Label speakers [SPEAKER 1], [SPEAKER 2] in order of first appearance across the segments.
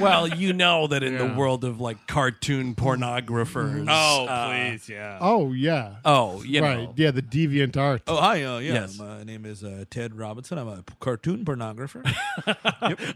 [SPEAKER 1] well, you know that in
[SPEAKER 2] Yeah.
[SPEAKER 1] the world of like cartoon pornographers.
[SPEAKER 2] Oh,
[SPEAKER 1] uh,
[SPEAKER 2] please, yeah.
[SPEAKER 3] Oh yeah.
[SPEAKER 1] Oh, you
[SPEAKER 3] right.
[SPEAKER 1] know.
[SPEAKER 3] Yeah, the deviant art.
[SPEAKER 4] Oh, hi. Uh, yeah,
[SPEAKER 1] Yes.
[SPEAKER 4] my name is uh, Ted Robinson. I'm a p- cartoon pornographer.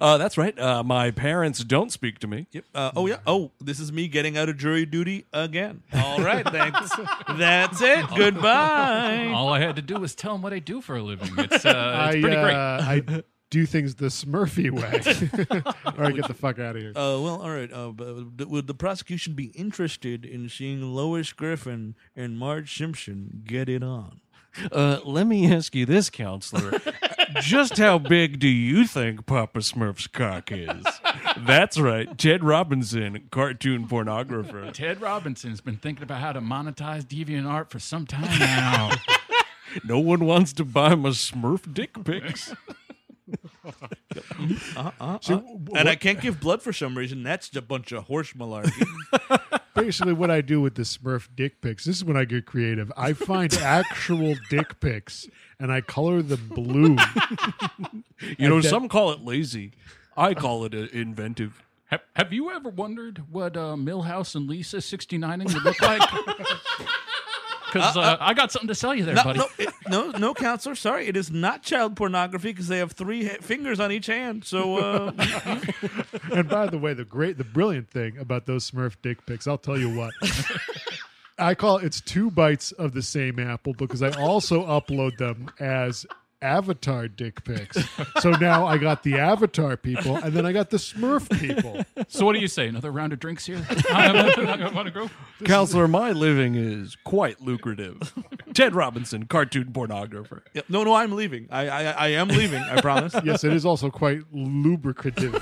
[SPEAKER 1] Uh, that's right. Uh, my parents don't speak to me.
[SPEAKER 4] yep. Uh, oh, yeah. Oh, this is me getting out of jury duty again.
[SPEAKER 2] All right, thanks. That's it. Goodbye.
[SPEAKER 5] All I had to do was tell him what I do for a living. It's, uh,
[SPEAKER 3] I,
[SPEAKER 5] it's pretty great.
[SPEAKER 3] uh, I do things the Smurfy way. All right, get the fuck out of here.
[SPEAKER 4] Uh, well, all right. Uh, but th- would the prosecution be interested in seeing Lois Griffin and Marge Simpson get it on?
[SPEAKER 1] Uh, let me ask you this, counselor. Just how big do you think Papa Smurf's cock is? That's right. Ted Robinson, cartoon pornographer.
[SPEAKER 5] Ted Robinson's been thinking about how to monetize DeviantArt for some time now.
[SPEAKER 1] No one wants to buy my Smurf dick pics.
[SPEAKER 3] So, w-
[SPEAKER 4] Uh, And
[SPEAKER 3] what-
[SPEAKER 4] I can't give blood for some reason. That's a bunch of horse malarkey.
[SPEAKER 3] basically what I do with the Smurf dick pics. This is when I get creative. I find actual dick pics and I color them blue.
[SPEAKER 1] You know,
[SPEAKER 3] bet-
[SPEAKER 1] some call it lazy. I call it uh, inventive.
[SPEAKER 5] have, have you ever wondered what uh, Millhouse and Lisa 69ing would look like? Because uh, I got something to sell you there,
[SPEAKER 4] no,
[SPEAKER 5] buddy.
[SPEAKER 4] no, it- no, no, counselor. Sorry, it is not child pornography because they have three ha- fingers on each hand. So uh,
[SPEAKER 3] and by the way, the great, the brilliant thing about those Smurf dick pics, I'll tell you what. I call it, it's two bites of the same apple because I also upload them as avatar dick pics. So now I got the avatar people and then I got the Smurf people.
[SPEAKER 5] So what do you say? Another round of drinks here? I want to go.
[SPEAKER 1] Counselor, my living is quite lucrative. Ted Robinson, cartoon pornographer.
[SPEAKER 4] yeah, no, no, I'm leaving. I, I, I am leaving. I promise.
[SPEAKER 3] Yes, it is also quite lubricative.